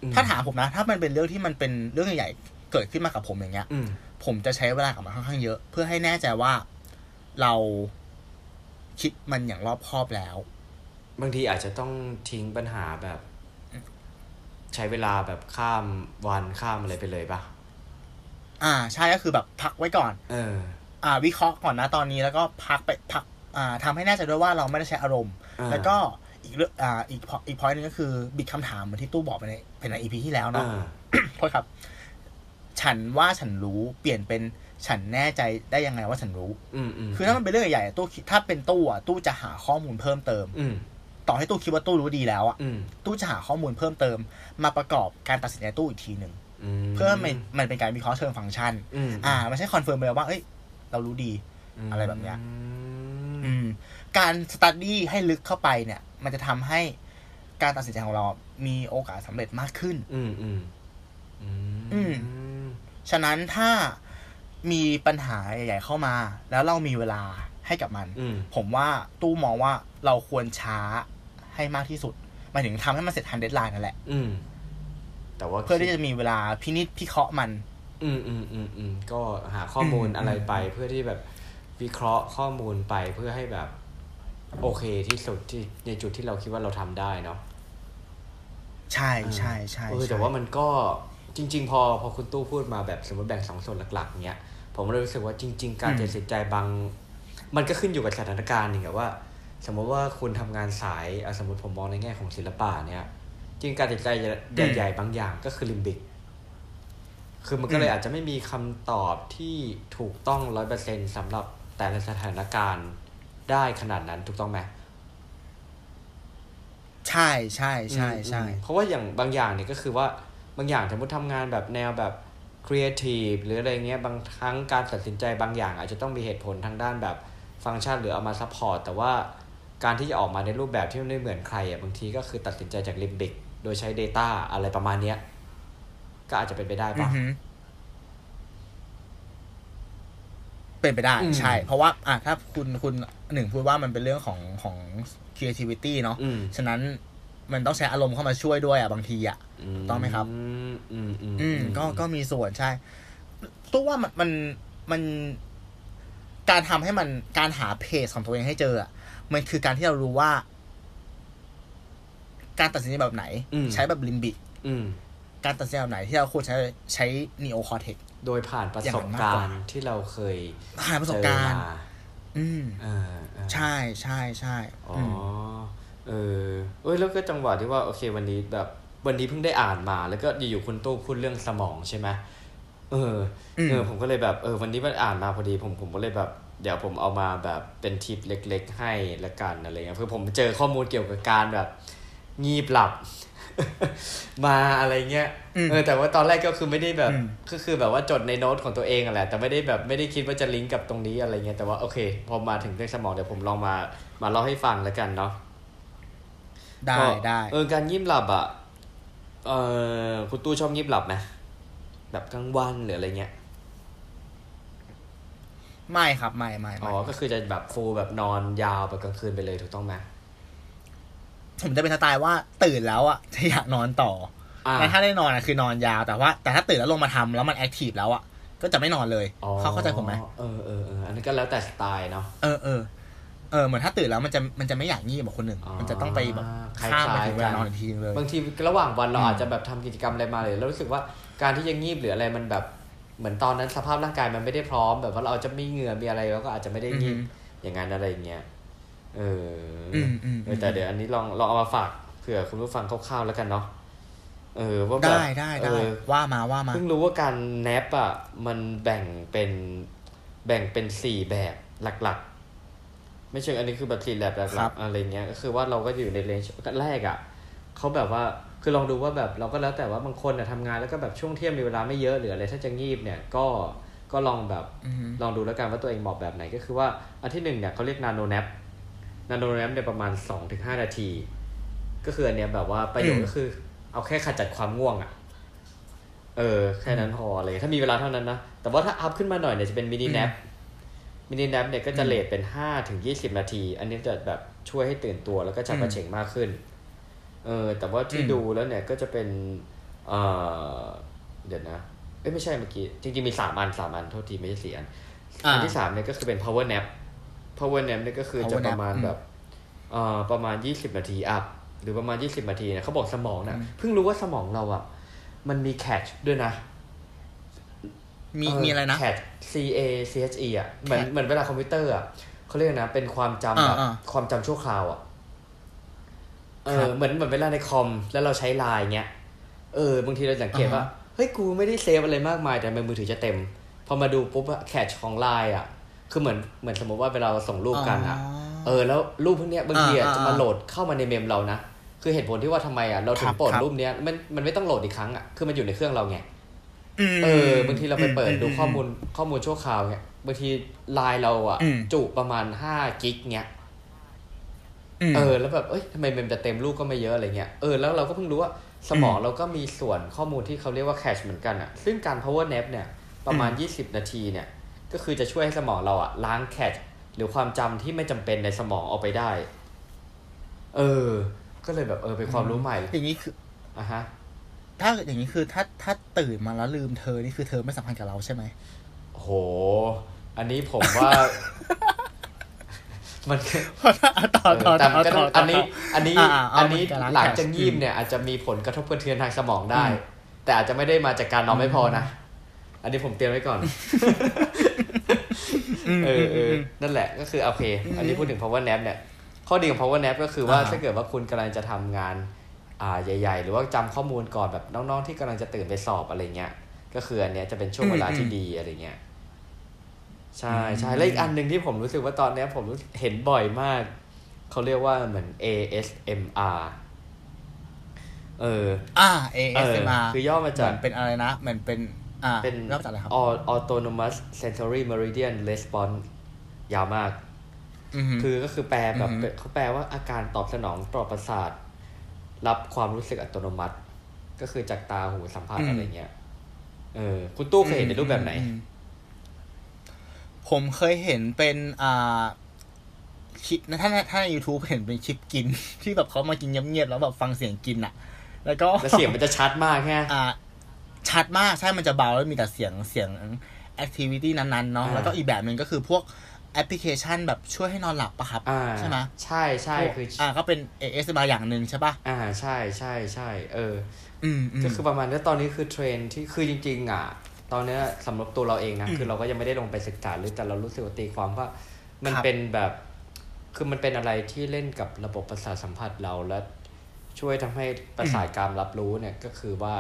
Speaker 2: อื
Speaker 1: ถ้าถามผมนะ ถ้ามันเป็นเรื่องที่มันเป็นเรื่องใหญ่ๆเกิดขึ้นมากับผมอย่างเงี้ย
Speaker 2: อืม
Speaker 1: ผมจะใช้เวลากับมันค่อนข้างเยอะ เพื่อให้แน่ใจว่าเราคิดมันอย่างรอบคอบแล้ว
Speaker 2: บางทีอาจจะต้องทิ้งปัญหาแบบ ใช้เวลาแบบข้ามวันข้ามอะไรไปเลยปะ
Speaker 1: อ่า ใช่ก็คือแบบพักไว้ก่อน
Speaker 2: เออ
Speaker 1: อ่า วิเคราะห์ก่อนนะตอนนี้แล้วก็พักไปพัก อ่าทำให้แน่ใจด้วยว่าเราไม่ได้ใช้อารมณ์
Speaker 2: อ่า
Speaker 1: แล้วก็อีกเรื่องอ่าอีก point- อีกพอยต์นึงก็คือบิดคำถามเหมือนที่ตู้บอกไปในเป็นในอีพีที่แล้ว
Speaker 2: เอ
Speaker 1: เนาะ
Speaker 2: อ
Speaker 1: โทษครับ ฉันว่าฉันรู้เปลี่ยนเป็นฉันแน่ใจได้ยังไงว่าฉันรู้
Speaker 2: อืมอืม
Speaker 1: คือถ้ามันเป็นเรื่องใหญ่ๆอะตู้คิดถ้าเป็นตู้อ่ะตู้จะหาข้อมูลเพิ่มเติม
Speaker 2: อืม
Speaker 1: ต่อให้ตู้คิดว่าตู้รู้ดีแล้วอ่ะ
Speaker 2: อืม
Speaker 1: ตู้จะหาข้อมูลเพิ่มเติม มาประกอบการตัดสินใจตู้อีกทีหนึ่ง
Speaker 2: อืม
Speaker 1: เพื่อให้มันมันเป็นการวิเคราะห์เชิงฟังก์ชัน
Speaker 2: อืม
Speaker 1: อ่าไม่ใช่คอนเฟิร์มเลยว่าเอ้ยเรารู้ดี
Speaker 2: ม
Speaker 1: อะไรแบบเนี้ย
Speaker 2: อืม
Speaker 1: การสตัดดี้ให้ลึกเข้าไปเนี่ย มันจะทำให้การตัดสินใจของเรา มีโอกาสสำเร็จมากขึ้น
Speaker 2: อืมอืมอืม
Speaker 1: อืม ฉะนั้นถ้ามีปัญหาใหญ่ ๆ เข้ามา แล้วเรามีเวลาให้กับมัน
Speaker 2: อืม
Speaker 1: ผมว่าตู้มองว่าเราควรช้าให้มากที่สุดหมายถึงทำให้มันเสร็จทันเดทไลน์นั่นแหละ
Speaker 2: อืมแต่ว่า
Speaker 1: เพื่อที่จะมีเวลาพินิจพิเคราะห์มัน
Speaker 2: อืมอืมอืมอืมก็หาข้อมูล
Speaker 1: อืม
Speaker 2: อะไรไป เพื่อที่แบบวิเคราะห์ข้อมูลไปเพื่อให้แบบ โอเคที่สุดที่ในจุดที่เราคิดว่าเราทำได้เนาะ
Speaker 1: ใช่ใช่ใช่
Speaker 2: เออ
Speaker 1: ใช่
Speaker 2: แต่ว่ามันก็จริง ๆ พอพอคุณตู้พูดมาแบบสมมติแบ่งสองส่วนหลักๆเนี้ยผมเลยรู้สึกว่าจริง ๆ การตัดสินใจบาง มันก็ขึ้นอยู่กับสถานการณ์อย่างเงี้ยว่า สมมติว่าคุณทำงานสายอ่ะสมมติผมมองในแง่ของศิลปะเนี่ยจริงการตัดสินใจใหญ่ๆบางอย่างก็คือลิมบิก คือมันก็เลยอาจจะไม่มีคำตอบที่ถูกต้องร้อยเปอร์เซ็นสำหรับแต่ละสถานการณ์ได้ขนาดนั้นถูกต้องไหม
Speaker 1: ใช่ใช่ใช่ใช่
Speaker 2: อืมอืมเพราะว่าอย่างบางอย่างเนี่ยก็คือว่าบางอย่างสมมติทำงานแบบแนวแบบครีเอทีฟหรืออะไรเงี้ยบางครั้งการตัดสินใจบางอย่างอาจจะต้องมีเหตุผลทางด้านแบบฟังก์ชันหรือเอามาซัพพอร์ตแต่ว่าการที่จะออกมาในรูปแบบที่มันไม่เหมือนใครอ่ะบางทีก็คือตัดสินใจจากลิมบิกโดยใช้ Data อะไรประมาณเนี้ยก็อาจจะเป็นไปได้ปะ
Speaker 1: อือหือเป็นไปได้
Speaker 2: อืม
Speaker 1: ใช่ เพราะว่า อ่ะถ้าคุณคุณหนึ่งพูดว่ามันเป็นเรื่องของของ creativity เนาะ
Speaker 2: อืม
Speaker 1: ฉะนั้นมันต้องใช้อารมณ์เข้ามาช่วยด้วยอ่ะบางทีอ่ะ ถูกต้องไหมครับ
Speaker 2: อืมอืมอืม
Speaker 1: อืม ก็ก็มีส่วนใช่ตัวว่ามันมันมัน การทำให้มันการหาเพจของตัวเองให้เจออ่ะมันคือการที่เรารู้ว่า การตัดสินใจแบบไหน ใช้แบบลิมบิก
Speaker 2: อืม
Speaker 1: การตัดสินใจแบบไหนที่เราควรใช้ใช้นีโอคอเทก
Speaker 2: โดยผ่านประสบ
Speaker 1: อย่างนั้นมาก
Speaker 2: าก
Speaker 1: ว่า
Speaker 2: รณ์ที่เราเคย
Speaker 1: หาประสบ
Speaker 2: เจอ
Speaker 1: การณ์
Speaker 2: มา
Speaker 1: อืม
Speaker 2: เออเออ
Speaker 1: ใช่ใช่ใช่
Speaker 2: อ๋อ
Speaker 1: อืม
Speaker 2: อเออเอ้ยแล้วก็จังหวะที่ว่าโอเควันนี้แบบวันนี้เพิ่งได้อ่านมา แล้วก็อยู่ๆคุณตู้พูดเรื่องสมองใช่ไหมเอออ
Speaker 1: ม
Speaker 2: เออผมก็เลยแบบเออวันนี้มันอ่านมาพอดีผมผมก็เลยแบบ เดี๋ยวผมเอามาแบบเป็นทิปเล็ก ๆ ให้ละกันอะไรเงี้ยคือผมเจอข้อมูลเกี่ยวกับการแบบ งีบห ลับ มาอะไรเงี้ย
Speaker 1: อืม
Speaker 2: เออแต่ว่าตอนแรกก็คือไม่ได้แบบ
Speaker 1: อืม
Speaker 2: ก็คือแบบว่าจดในโน้ตของตัวเองอะแหละแต่ไม่ได้แบบไม่ได้คิดว่าจะลิงก์กับตรงนี้อะไรเงี้ยแต่ว่าโอเค พอมาถึงเรื่องสมองเดี๋ยวผมลองมามาเล่าให้ฟังแล้วกันเนาะ
Speaker 1: ได้
Speaker 2: ก็
Speaker 1: ได้
Speaker 2: เออการงีบหลับอ่ะเออคุณตู้ชอบงีบหลับไหมแบบกลางวันหรืออะไรเงี้ย
Speaker 1: ไม่ครับไม่ไม่
Speaker 2: อ๋
Speaker 1: ไม่
Speaker 2: อก็คือจะแบบฟูลแบบนอนยาวแบบกลางคืนไปเลยถูกต้องไหม
Speaker 1: ผมจะเป็นสไตล์ว่าตื่นแล้วอ่ะ จะอยากนอนต่ออ
Speaker 2: อ่า
Speaker 1: แต่ถ้าได้นอนอ่ะคือนอนยาวแต่ว่า แต่ถ้าตื่นแล้วลงมาทำแล้วมันแอคทีฟแล้วอ่ะก็จะไม่นอนเลย
Speaker 2: อ๋อ
Speaker 1: เขาเข้าใจผมไหม
Speaker 2: เออเออเอออันนี้ก็แล้วแต่สไตล์เนาะ
Speaker 1: เออเออเออเหมือนถ้าตื่นแล้วมันจะมันจะไม่อยากงีบแบบคนหนึ่งมันจะต้องไปแบบ
Speaker 2: คล้ยๆ
Speaker 1: ข้ามไปถึงเวลาน
Speaker 2: กั
Speaker 1: อนอีกทีนึงเลย
Speaker 2: บางทีระหว่างวันเรา
Speaker 1: อืม
Speaker 2: อาจจะแบบทำกิจกรรมอะไรมาเลยแล้วรู้สึกว่าการที่ยังงีบหรืออะไรมันแบบเหมือนตอนนั้นสภาพร่างกายมันไม่ได้พร้อม แบบว่าเราอาจจะมีเหงื่อมีอะไรแล้วก็อาจจะไม่ได้
Speaker 1: อือ
Speaker 2: งี
Speaker 1: ฮึ
Speaker 2: บ อย่างนั้นอะไรอย่างเงี้ยเอออ
Speaker 1: มอืม
Speaker 2: เออแต่เดี๋ยวอันนี้ลองลองเอามาฝากเผื่อคุณผู้ฟังคร่าวๆแล้วกันเนาะเออว่าแบบ
Speaker 1: ได้ได้ได้
Speaker 2: เออ
Speaker 1: ว่ามาว่ามา
Speaker 2: เพิ่งรู้ว่าการแนปอ่ะมันแบ่งเป็นแบ่งเป็นสี่แบบหลักๆ ไม่เชิงอันนี้คือแบบสี่แบบห
Speaker 1: ครั
Speaker 2: ลั
Speaker 1: บ
Speaker 2: กๆอะไรเงี้ยก็คือว่าเราก็อยู่ในเลนจ์แรกอ่ะเขาแบบว่าคือลองดูว่าแบบเราก็แล้วแต่ว่าบางคนอ่ะทำงานแล้วก็แบบช่วงเที่ยงมีเวลาไม่เยอะหรืออะไรถ้าจะงีบเนี่ยก็ก็ลองแบบ
Speaker 1: อืม
Speaker 2: ลองดูแล้วกันว่าตัวเองเหมาะแบบไหนก็คือว่าอันที่หนึ่งเนี่ยเขาเรียกนาโนแนปนาโนแนปเนี่ยประมาณ 2-5 นาที ก็คืออันเนี้ยแบบว่าประโยช
Speaker 1: อื
Speaker 2: น์
Speaker 1: ม
Speaker 2: ก็คือ เอาแค่ขจัดความง่วงอะ่ะ เออ แค่นั้นพออะไรเลยถ้ามีเวลาเท่านั้นนะ แต่ว่าถ้าอัพขึ้นมาหน่อยเนี่ยจะเป็นมินิแนปมินิแนปเนี่ยก็จะเลทเป็น 5-20 นาที อันนี้จะแบบช่วยให้ตื่นตัวแล้วก็จับกระเฉงมากขึ้น เออแต่ว่าที่
Speaker 1: อืม
Speaker 2: ดูแล้วเนี่ยก็จะเป็นเอ่อเดี๋ยวนะเอ้ยไม่ใช่เมื่อกี้จริงๆมีสามอันสามอันโทษทีไม่ใช่สี่อัน
Speaker 1: อ่า
Speaker 2: อันที่สามเนี่ยก็คือเป็น power nap power nap เนี่ยก็คือ
Speaker 1: power
Speaker 2: จะประมาณ
Speaker 1: nap อืม
Speaker 2: แบบเอ่อประมาณยี่สิบนาทีอัพหรือประมาณยี่สิบนาทีเนี่ยเขาบอกสมองนะเพิ่งรู้ว่าสมองเราอ่ะ มันมี catch ด้วยนะ
Speaker 1: มี
Speaker 2: เ
Speaker 1: มีอะไรนะ
Speaker 2: catch c a c h e อ่ะเหมือน
Speaker 1: catch
Speaker 2: เหมือนเวลาคอมพิวเตอร์อ่ะเขาเรียกนะเป็นความจำแบบ
Speaker 1: อ่าๆ
Speaker 2: ความจำชั่วคราวอ่ะเอ
Speaker 1: ครั
Speaker 2: อบ เหมือนเหมือนเวลาในคอมแล้วเราใช้ไลน์เงี้ย เออบางทีเราสังเกตว่า
Speaker 1: อ่าฮะ
Speaker 2: เฮ้ยกูไม่ได้เซฟอะไรมากมายแต่ทำไมมือถือจะเต็ม พอมาดูปุ๊บอะแคชของไลน์อ่ะ คือเหมือนเหมือนสมมติว่าเวลาเราส่งรูปกันอ่ะ เออแล้วรูปพวกเนี้ยบางทีอะ
Speaker 1: อ่า
Speaker 2: จะมาโหลดเข้ามาในเมมเรานะ คือเหตุผลที่ว่าทำไมอ่ะเราถึ
Speaker 1: ครั
Speaker 2: ง
Speaker 1: บ
Speaker 2: โปลด
Speaker 1: ครับ
Speaker 2: รูปเนี้ยมันมันไม่ต้องโหลดอีกครั้งอ่ะคือมันอยู่ในเครื่องเราไง
Speaker 1: ม
Speaker 2: เออบางทีเราไปเปิด
Speaker 1: ม
Speaker 2: ดูข้อมูลข้อมูลชั่วคราวเนี่ยบางทีไลน์เราอ่ะ
Speaker 1: อืม
Speaker 2: จุประมาณห้ากิกเนี่ย
Speaker 1: ม
Speaker 2: เออแล้วแบบเอ้ยทำไมเมมจะเต็มลูกก็ไม่เยอะอะไรเงี้ยเออแล้วเราก็เพิ่งรู้ว่าสมองเราก็มีส่วนข้อมูลที่เขาเรียกว่าแคชเหมือนกันอ่ะ ซึ่งการ power nap เนี่ยประมาณ 20 นาทีเนี่ย ก็คือจะช่วยให้สมองเราอ่ะ ล้างแคชหรือความจำที่ไม่จำเป็นในสมองออกไปได้ เออ ก็เลยแบบเออเป็นความรู้ใหม่
Speaker 1: อย่างนี้คือ
Speaker 2: อ่ะฮะ
Speaker 1: ถ้าอย่างนี้คือถ้าถ้าตื่นมาแล้วลืมเธอ นี่คือเธอไม่สำคัญกับเราใช่ไหม
Speaker 2: โห อันนี้ผมว่า มัน
Speaker 1: ต่อต่อ
Speaker 2: เออแต่
Speaker 1: ต่อ
Speaker 2: มันก็
Speaker 1: ต่
Speaker 2: ต้
Speaker 1: อ
Speaker 2: อง
Speaker 1: ต่
Speaker 2: อันนี้อันนี้
Speaker 1: าา
Speaker 2: อันนี้
Speaker 1: เามั
Speaker 2: หลัง
Speaker 1: แคช
Speaker 2: จากงีบเนี่ยอาจจะมีผลกระทบกระเทือนทางสมองได้ แต่อาจจะไม่ได้มาจากการนอนไม่พอนะ อันนี้ผมเตรียมไว้ก่อน
Speaker 1: อืม
Speaker 2: เออเออ
Speaker 1: ม
Speaker 2: นั่นแหละก็คือโอเค อันนี้พูดถึง power nap เนี่ย ข้อดีของ power nap ก็คือว่า
Speaker 1: อ่า
Speaker 2: ถ้าเกิดว่าคุณกำลังจะทำงานอ่าใหญ่ ๆ หรือว่าจำข้อมูลก่อนแบบน้องๆที่กำลังจะตื่นไปสอบอะไรเงี้ย ก็คืออันเนี้ยจะเป็นช่วงเวลาที่ดีอะไรเงี้ย ใช่ใช่แล้วอีกอันหนึ่งที่ผมรู้สึกว่าตอนเนี้ยผมรู้สึกเห็นบ่อยมาก เขาเรียกว่าเหมือน ASMR เออ
Speaker 1: อ่า
Speaker 2: เออ
Speaker 1: ASMR
Speaker 2: คือย่อมาจาก
Speaker 1: เหมือนเป็นอะไรนะเหมือนเป็น อ่า
Speaker 2: เป็น
Speaker 1: รับจากอะไรครับ
Speaker 2: Au- autonomous sensory meridian response ยาวมาก
Speaker 1: อือหือ
Speaker 2: คือก็คือแปลแบบ
Speaker 1: อือฮึ
Speaker 2: เขาแปลว่าอาการตอบสนองต่อประสาท รับความรู้สึกอัตโนมัติ ก็คือจากตาหูสัมผัสอะไรเงี้ยเออคุณตู้เคยเห็นในรูปแบบไหน
Speaker 1: อืมผมเคยเห็นเป็นอ่าคลิปนะถ้าในถ้าใน YouTube เห็นเป็นคลิปกิน ที่แบบเขามากินเงียบๆแล้วแบบฟังเสียงกินอะแล้วก็
Speaker 2: แล้วเสียงมันจะชัดมากแค่
Speaker 1: อ่าชัดมาก ใช่มันจะเบาแล้วมีแต่เสียงเสียง activity นั้นๆ เนาะ
Speaker 2: อ่า
Speaker 1: แล้วก็อีกแบบหนึ่งก็คือพวกแอปพลิเคชันแบบช่วยให้นอนหลับปะครับ
Speaker 2: อ่า
Speaker 1: ใช่ไหม
Speaker 2: ใช่ใช่คืออ
Speaker 1: อ่าก็เป็น ASMR อย่างหนึ่งใช่ปะ
Speaker 2: อ่าใช่ใช่ใช่เออ
Speaker 1: อืมอืม
Speaker 2: ก็คือประมาณนี้ตอนนี้คือเทรนด์ที่คือจริงๆอ่ะ ตอนเนี้ยสำหรับตัวเราเองนะ คือเราก็ยังไม่ได้ลงไปศึกษาหรือแต่เรารู้สึกว่าตีความว่า มัน
Speaker 1: ครับ
Speaker 2: เป็นแบบคือมันเป็นอะไรที่เล่นกับระบบประสาทสัมผัสเราและช่วยทำให้ประสาทการรับรู้เนี่ยก็คือว่า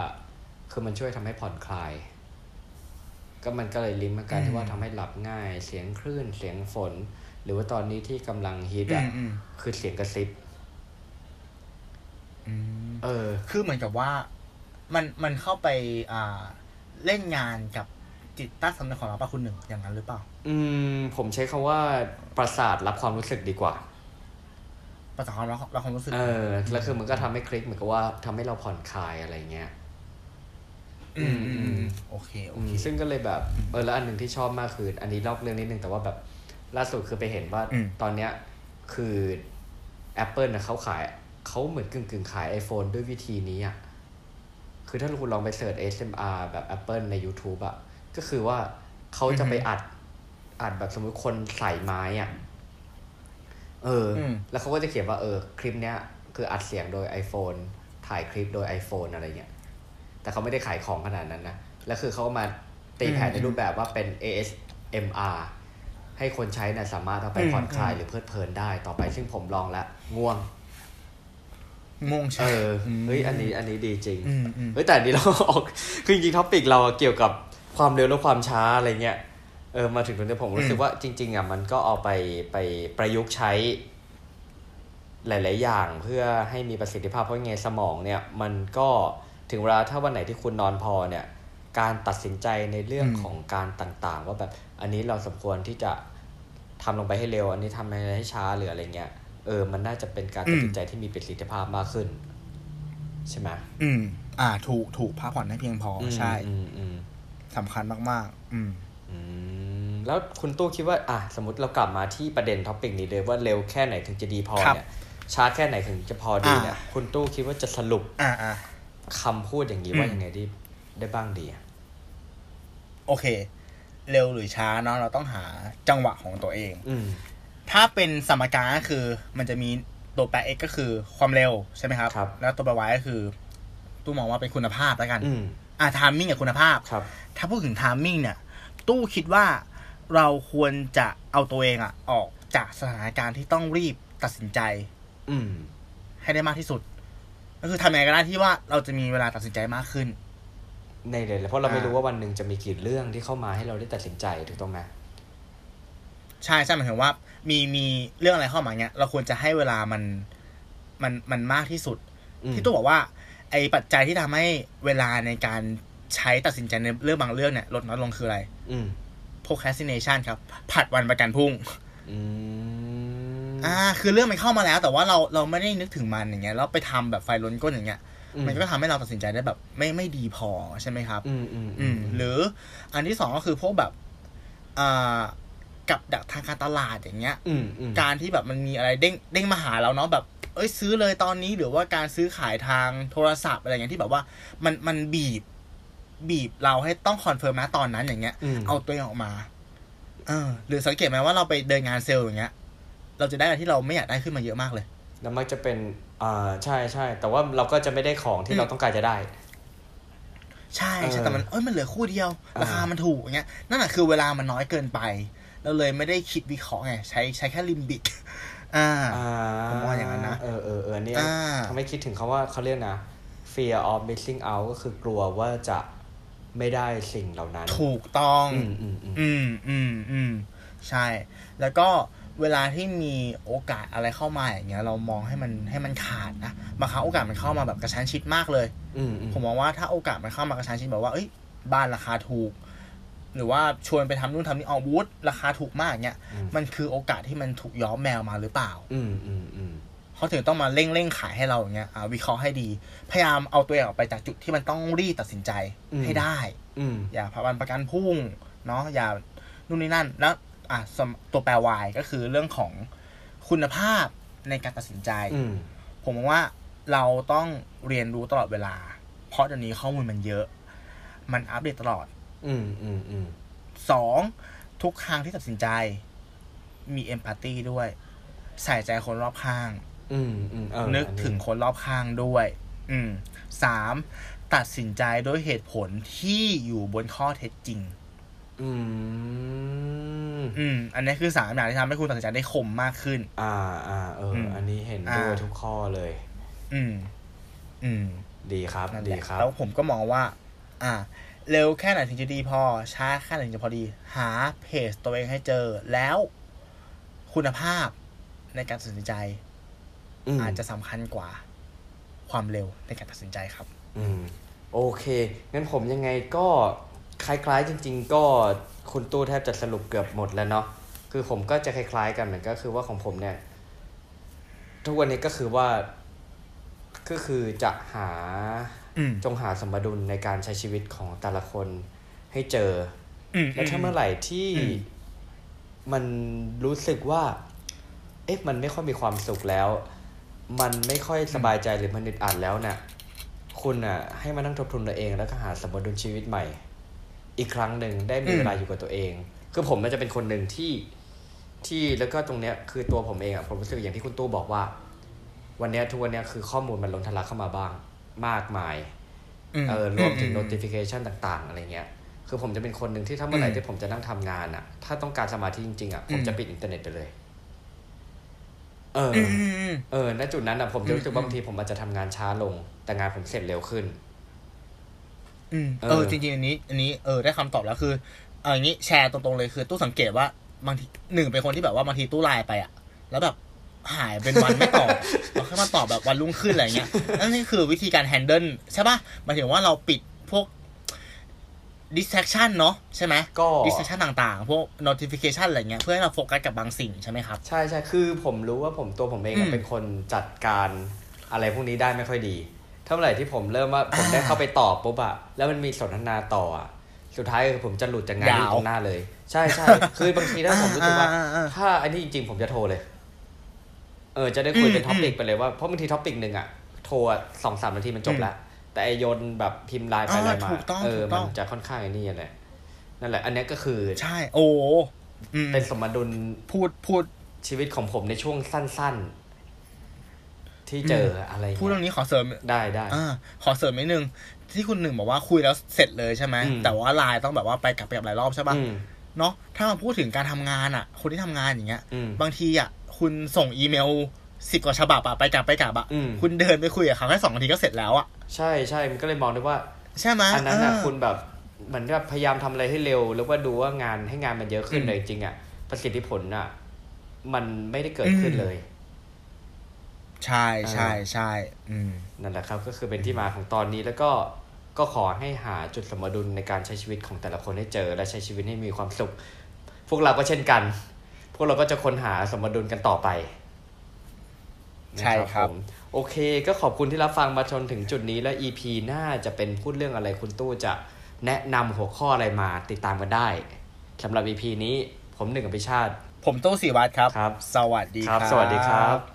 Speaker 2: คือมันช่วยทำให้ผ่อนคลาย ก็มันก็เลยลิงก์มากันที่ว่าทำให้หลับง่าย เสียงคลื่นเสียงฝน หรือว่าตอนนี้ที่กำลังฮิต
Speaker 1: อื
Speaker 2: อ่ะ
Speaker 1: มอืม
Speaker 2: คือเสียงกระซิบ
Speaker 1: อืม
Speaker 2: เออ
Speaker 1: คือเหมือนกับว่ามันมันเข้าไปอ่าเล่นงานกับจิตใต้สำนึกของเราปะคุณหนึ่งอย่างนั้นหรือเปล่า
Speaker 2: อืมผมใช้คำว่าประสาทรับความรู้สึกดีกว่า
Speaker 1: ประสาทของเราเราความรู้สึก
Speaker 2: เออ แล้วคือมันก็ทำให้คลิกเหมือนกับว่าทำให้เราผ่อนคลายอะไรเงี้ย
Speaker 1: อืม
Speaker 2: อืม
Speaker 1: อืมโอเคโอ
Speaker 2: อืม
Speaker 1: เค
Speaker 2: ซึ่งก็เลยแบบเออแล้วอันหนึ่งที่ชอบมากคือ อันนี้นอกเรื่องนิดนึงแต่ว่าแบบล่าสุดคือไปเห็นว่า
Speaker 1: อืม
Speaker 2: ตอนเนี้ยคือ Apple นะเขาขายเขาเหมือนกึ่งกึ่งๆขาย iPhone ด้วยวิธีนี้อ่ะ คือถ้าคุณลองไปเสิร์ช ASMR แบบ Apple ใน YouTube อ่ะ ก็คือว่าเขาจะไปอัดอัดแบบสมมุติคนใส่ไม้อ่ะ เอออ
Speaker 1: ม
Speaker 2: แล้วเขาก็จะเขียนว่าเออคลิปเนี้ยคืออัดเสียงโดย iPhone ถ่ายคลิปโดย iPhone อะไรเงี้ย แต่เขาไม่ได้ขายของขนาดนั้นนะ แล้วคือเขามาตีแผนในรูปแบบว่าเป็น ASMR ให้คนใช้เนี่ยสามารถเอาไป
Speaker 1: อืม
Speaker 2: ผ่อนคลาย
Speaker 1: อืม
Speaker 2: หรือเพลิดเพลินได้ต่อไปซึ่งผมลองแล้วง่วง
Speaker 1: งงใช่
Speaker 2: เอ
Speaker 1: ไหม
Speaker 2: อเฮ้ยอันนี้อันนี้ดีจริง
Speaker 1: อืมอืม
Speaker 2: เฮ้ยแต่อันนี้เรา ออก คือจริงๆท็อปิกเราอะเกี่ยวกับความเร็วและความช้าอะไรเงี้ยเออมาถึงตรงนี้ผมรู้สึกว่าจริง ๆอ่ะมันก็เอาไปไปประยุกต์ใช้ หลาย ๆ อย่างเพื่อให้มีประสิทธิภาพเพราะยังไงสมองเนี่ย มันก็ถึงเวลาถ้าวันไหนที่คุณนอนพอเนี่ย การตัดสินใจในเรื่อง
Speaker 1: อืม
Speaker 2: ของการต่างๆ ว่าแบบอันนี้เราสมควรที่จะทำลงไปให้เร็ว อันนี้ทำให้ช้าหรืออะไรเงี้ยเออมันน่าจะเป็นการตัดสินใจที่มีประสิทธิภาพมากขึ้น ใช่ไหม
Speaker 1: อืม อ่า ถูกถูกพักผ่อนให้เพียงพออ
Speaker 2: ม
Speaker 1: ใช่
Speaker 2: อืมอืม
Speaker 1: สำคัญมากๆ อืม
Speaker 2: อืมแล้วคุณตู้คิดว่าอ่ะสมมติเรากลับมาที่ประเด็นท็อปิกนี้เลยว่าเร็วแค่ไหนถึงจะดีพอ
Speaker 1: ครับ
Speaker 2: เนี่ยช้าแค่ไหนถึงจะพอดีเนี่ย
Speaker 1: อ่า
Speaker 2: คุณตู้คิดว่าจะสรุป
Speaker 1: อ่าอ่า
Speaker 2: คำพูดอย่างนี้
Speaker 1: อืม
Speaker 2: ว่ายังไงได้ได้บ้างดีอะ
Speaker 1: โอเค เร็วหรือช้าเนาะเราต้องหาจังหวะของตัวเอง
Speaker 2: อืม
Speaker 1: ถ้าเป็นสมการก็คือ มันจะมีตัวแปร x ก็คือความเร็วใช่ไหมครับ
Speaker 2: ครับ
Speaker 1: แล้วตัวแปร y ก็คือ ตู้มองว่าเป็นคุณภาพแล้วกัน
Speaker 2: อืม
Speaker 1: อ่าทามมิ่งกับคุณภาพ
Speaker 2: ครับ
Speaker 1: ถ้าพูดถึงทามมิ่งเนี่ย ตู้คิดว่าเราควรจะเอาตัวเองอะออกจากสถานการณ์ที่ต้องรีบตัดสินใจ
Speaker 2: อืม
Speaker 1: ให้ได้มากที่สุด ก็คือทำยังไงก็ได้ที่ว่าเราจะมีเวลาตัดสินใจมากขึ้น
Speaker 2: ในเลยเพราะเราไม่
Speaker 1: อ่า
Speaker 2: รู้ว่าวันหนึ่งจะมีกี่เรื่องที่เข้ามาให้เราได้ตัดสินใจถูกต้องไหม
Speaker 1: ใช่ใช่หมายถึงว่า มีมีเรื่องอะไรเข้ามาเนี้ย เราควรจะให้เวลามันมันมันมากที่สุด
Speaker 2: อืม
Speaker 1: ที่ตู้บอกว่า ไอ้ปัจจัยที่ทำให้เวลาในการใช้ตัดสินใจในเรื่องบางเรื่องเนี่ยลดน้อยลงคืออะไร
Speaker 2: อืม
Speaker 1: procrastination ครับ ผัดวันประกันพรุ่ง
Speaker 2: อืม
Speaker 1: อ่า คือเรื่องมันเข้ามาแล้ว แต่ว่าเราเราไม่ได้นึกถึงมันอย่างเงี้ยเราไปทำแบบไฟล้นก้นอย่างเงี้ย
Speaker 2: อื
Speaker 1: มันก็ทำให้เราตัดสินใจได้แบบ ไม่ไม่ดีพอใช่ไหมครับ
Speaker 2: อืมอืม
Speaker 1: อืมหรืออันที่สองก็คือพวกแบบอ่ากับดักทางการตลาดอย่างเงี้ย
Speaker 2: อืมอืม
Speaker 1: การที่แบบมันมีอะไรเด้งเด้งมาหาเราเนาะแบบ เอ้ยซื้อเลยตอนนี้หรือว่าการซื้อขายทางโทรศัพท์อะไรอย่างเงี้ยที่แบบว่ามันมันบีบ บีบเราให้ต้องคอนเฟิร์มนะตอนนั้นอย่างเงี้ย
Speaker 2: อืม
Speaker 1: เอาตัวเองออกมา เออ หรือสังเกตไหมว่าเราไปเดินงานเซลล์อย่างเงี้ย เราจะได้อะไรที่เราไม่อยากได้ขึ้นมาเยอะมากเลย
Speaker 2: แล้วมันจะเป็นอ่าใช่ใช่แต่ว่าเราก็จะไม่ได้ของที่เราต้องการจะได้
Speaker 1: ใช่
Speaker 2: เอ
Speaker 1: ใช่
Speaker 2: อ
Speaker 1: แต่มันเอ้ยมันเหลือคู่เดียว
Speaker 2: อ่า
Speaker 1: ราคามันถูกอย่างเงี้ยนั่นแหะคือเวลามันน้อยเกินไป เราเลยไม่ได้คิดวิเคราะห์ไงใช้ใช้แค่ลิม บิก อ่า ผมว่าอย่างนั้นนะ
Speaker 2: เออเออเออเนี่ย
Speaker 1: อ่า
Speaker 2: ทำให้คิดถึงคำว่าเขาเรียกนะ fear of missing out ก็คือกลัวว่าจะไม่ได้สิ่งเหล่านั้น
Speaker 1: ถูกต้อง
Speaker 2: อืมอืมอื
Speaker 1: อื
Speaker 2: ม
Speaker 1: มอืมอืมใช่ แล้วก็เวลาที่มีโอกาสอะไรเข้ามาอย่างเงี้ย เรามองให้มันให้มันขาดนะบางครั้งโอกาสมันเข้ามาแบบกระชั้นชิดมากเลย
Speaker 2: อืมอืม
Speaker 1: ผมมองว่าถ้าโอกาสมันเข้ามากระชั้นชิดแบบว่าเอ้ยบ้านราคาถูก หรือว่าชวนไปทำนู่นทำนี่ออกบูธราคาถูกมากเงี้ยมันคือโอกาสที่มันถูกย้อมแมวมาหรือเปล่า
Speaker 2: อืมอืมอืม
Speaker 1: เขาถึงต้องมาเร่งเร่งขายให้เราอย่างเงี้ยอ่าวิเคราะห์ให้ดี พยายามเอาตัวเองออกไปจากจุดที่มันต้องรีบตัดสินใจให้ได้
Speaker 2: อืม
Speaker 1: อย่าพาวันประกันพรุ่งเนาะอย่านู่นนี่นั่น แล้วอ่ะสมตัวแปรวายก็คือเรื่องของคุณภาพในการตัดสินใจ
Speaker 2: อืม
Speaker 1: ผมมองว่าเราต้องเรียนรู้ตลอดเวลา เพราะเดี๋ยวนี้ข้อมูลมันเยอะ มันอัปเดตตลอด
Speaker 2: อืมอืมอืม
Speaker 1: สองทุกครั้งที่ตัดสินใจ มีเอมพัตตีด้วย ใส่ใจคนรอบข้าง
Speaker 2: อืมอืมเออ
Speaker 1: นึกถึงคนรอบข้างด้วย อืมสามตัดสินใจด้วยเหตุผลที่อยู่บนข้อเท็จจริง
Speaker 2: อืม
Speaker 1: อืม อันนี้คือสามอย่างที่ทำให้คุณตัดสินใจได้คมมากขึ้น
Speaker 2: อ่าอ่าเอออ
Speaker 1: ม
Speaker 2: อันนี้เห็นด้วย
Speaker 1: อ่า
Speaker 2: ทุกข้อเลย
Speaker 1: อืม อืม
Speaker 2: ดีครับ
Speaker 1: นั่นแห
Speaker 2: ดี
Speaker 1: ละ
Speaker 2: ครับ
Speaker 1: แล้วผมก็มองว่า อ่า เร็วแค่ไหนถึงจะดีพอ ช้าแค่ไหนถึงจะพอดี หาเพจตัวเองให้เจอ แล้วคุณภาพในการตัดสินใจ
Speaker 2: ม
Speaker 1: อาจจะสำคัญกว่า ความเร็วในการตัดสินใจครับ
Speaker 2: อืมโอเค งั้นผมยังไงก็คล้ายๆจริง ๆ ก็คุณตู้แทบจะสรุปเกือบหมดแล้วเนาะคือผมก็จะคล้าย ๆ กันเหมือนก็คือว่าของผมเนี่ย ทุกวันนี้ก็คือว่าก็คือจะหา
Speaker 1: อืม
Speaker 2: จงหาสมดุลในการใช้ชีวิตของแต่ละคนให้เจอ
Speaker 1: อืม
Speaker 2: แล้วถ้าเมื่อไหร่ที่
Speaker 1: อืม
Speaker 2: มันรู้สึกว่า เอ๊ะ มันไม่ค่อยมีความสุขแล้ว มันไม่ค่อยสบายใจหรือมันอึดอัดแล้วน่ะ คุณอ่ะ ให้มานั่งทบทวนตัวเอง แล้วก็หาสมดุลชีวิตใหม่ อีกครั้งหนึ่งได้มีเวลาอยู่กับตัวเอง คือผมมันจะเป็นคนหนึ่งที่ที่แล้วก็ตรงเนี้ยคือตัวผมเองอ่ะผมรู้สึกอย่างที่คุณตู้บอกว่า วันเนี้ยทุกวันเนี้ยคือข้อมูลมันล้นทะลักเข้ามาบ้าง มากมาย
Speaker 1: ม
Speaker 2: เออรวมถึง
Speaker 1: อื
Speaker 2: notification ต่าง ๆ อะไรเงี้ย คือผมจะเป็นคนหนึ่งที่ถ้าเมื่อไหร่ที่ผมจะนั่งทำงานอ่ะ ถ้าต้องการสมาธิจริงๆอ่ะผมจะปิดอินเทอร์เน็ตไปเลย เอออ
Speaker 1: อืมอืม
Speaker 2: เออ ณ จุดนั้นอ่ะผมจะรู้สึกว่าบางทีผมอาจจะทำงานช้าลง แต่งานผมเสร็จเร็วขึ้น
Speaker 1: อืม
Speaker 2: เอ
Speaker 1: เออ
Speaker 2: อ
Speaker 1: จริงๆอันนี้อันนี้เออได้คำตอบแล้วคือเอาอย่างนี้แชร์ตรงๆเลยคือตู้สังเกตว่าบางทีหนึ่งเป็นคนที่แบบว่าบางทีตู้ไลน์ไปอะแล้วแบบหายเป็นวันไม่ต อบ เราแค่มาตอบแบบวันรุ่งขึ้นอะไรเงี้ยนั่นนี่คือวิธีการแฮนเดิลใช่ปะหมายถึงว่าเราปิดพวก distraction เนาะใช่ไหม
Speaker 2: ก็
Speaker 1: distraction ต่างๆ พวก notification อะไรเงี้ยเพื่อให้เราโฟกัสกับบางสิ่งใช่ไหมครับ
Speaker 2: ใช่ใช่คือผมรู้ว่าผมตัวผมเองอะ
Speaker 1: อืม
Speaker 2: เป็นคนจัดการอะไรพวกนี้ได้ไม่ค่อยดี เท่าไหร่ที่ผมเริ่มว่าผมได้เข้าไปตอบปุ๊บอะแล้วมันมีสนทนาต่ออะสุดท้ายคือผมจะหลุดจากงาน
Speaker 1: ยาว
Speaker 2: ที่อยู่ตรงหน้าเลย ใช่ใช่ คือบางทีถ้าผมรู้สึกว่า
Speaker 1: อ่าอ่า
Speaker 2: ถ้าอันนี้จริง ๆ ผมจะโทรเลย เออ จะได้คุยเป็น
Speaker 1: อืม
Speaker 2: ท็อปิกไปเลยว่า เพราะบางทีท็อปิกหนึ่งอะโทรอะสองสามนาทีมันจบละ แต่ไอโยนแบบพิมพ์ไลน์ไป
Speaker 1: อ่า
Speaker 2: ไลน์มา
Speaker 1: ถูกต้อง
Speaker 2: เออ
Speaker 1: ถูกต้
Speaker 2: มั
Speaker 1: อง
Speaker 2: นจะค่อนข้างไอ้นี่แหละนั่นแหละ อันเนี้ยก็คือ
Speaker 1: ใช่โอ้อืม
Speaker 2: เป็นสมดุล
Speaker 1: พูดพูด
Speaker 2: ชีวิตของผมในช่วงสั้นๆ ที่เจออะไรอย่าง
Speaker 1: พูด
Speaker 2: เงี้ย
Speaker 1: เรื่องนี้ขอเสริม
Speaker 2: ได้ได้
Speaker 1: อ่าขอเสริมนิดนึง ที่คุณหนึ่งบอกว่าคุยแล้วเสร็จเลยใช่ไหม
Speaker 2: อืม
Speaker 1: แต่ว่าไลน์ต้องแบบว่าไปกลับไปกลับหลายรอบใช่ปะ
Speaker 2: อืม
Speaker 1: เนาะถ้ามาพูดถึงการทำงานอ่ะ คนที่ทำงานอย่างเงี้ย
Speaker 2: อืม
Speaker 1: บางทีอ่ะคุณส่งอีเมลสิบกว่าฉบับอ่ะไปกลับไปกลับอ่ะ
Speaker 2: อืม
Speaker 1: คุณเดินไปคุยกับเขาแค่สองนาทีก็เสร็จแล้วอ่ะ
Speaker 2: ใช่ใช่มันก็เลยมองได้ว่า
Speaker 1: ใช่ไหม
Speaker 2: อันนั้นอ่ะ
Speaker 1: เ
Speaker 2: คุณแบบเหมือนแบบพยายามทำอะไรให้เร็ว แล้วก็ดูว่างานให้งานมันเยอะขึ้น
Speaker 1: อืม
Speaker 2: เลยจริงๆอ่ะประสิทธิผลอ่ะ มันไม่ได้เกิดขึ้น
Speaker 1: อืม
Speaker 2: เลย
Speaker 1: ใช่ใช่ใช่อืม
Speaker 2: นั่นแหละครับ ก็คือเป็นที่มาของตอนนี้แล้วก็ก็ขอให้หาจุดสมดุลในการใช้ชีวิตของแต่ละคนให้เจอ และใช้ชีวิตให้มีความสุข พวกเราก็เช่นกัน พวกเราก็จะค้นหาสมดุลกันต่อไป
Speaker 1: ใช่ครับ
Speaker 2: นะผมโอเค ก็ขอบคุณที่รับฟังมาจนถึงจุดนี้และ EP หน้าจะเป็นพูดเรื่องอะไรคุณตู้จะแนะนำหัวข้ออะไรมาติดตามกันได้สำหรับ EP นี้ผมหนึ่งกับพิชาติ
Speaker 1: ผมตู้สีวัตรครับ
Speaker 2: ครับ
Speaker 1: สวัสดีค
Speaker 2: ครั
Speaker 1: รับ บ
Speaker 2: สวัสดีครับ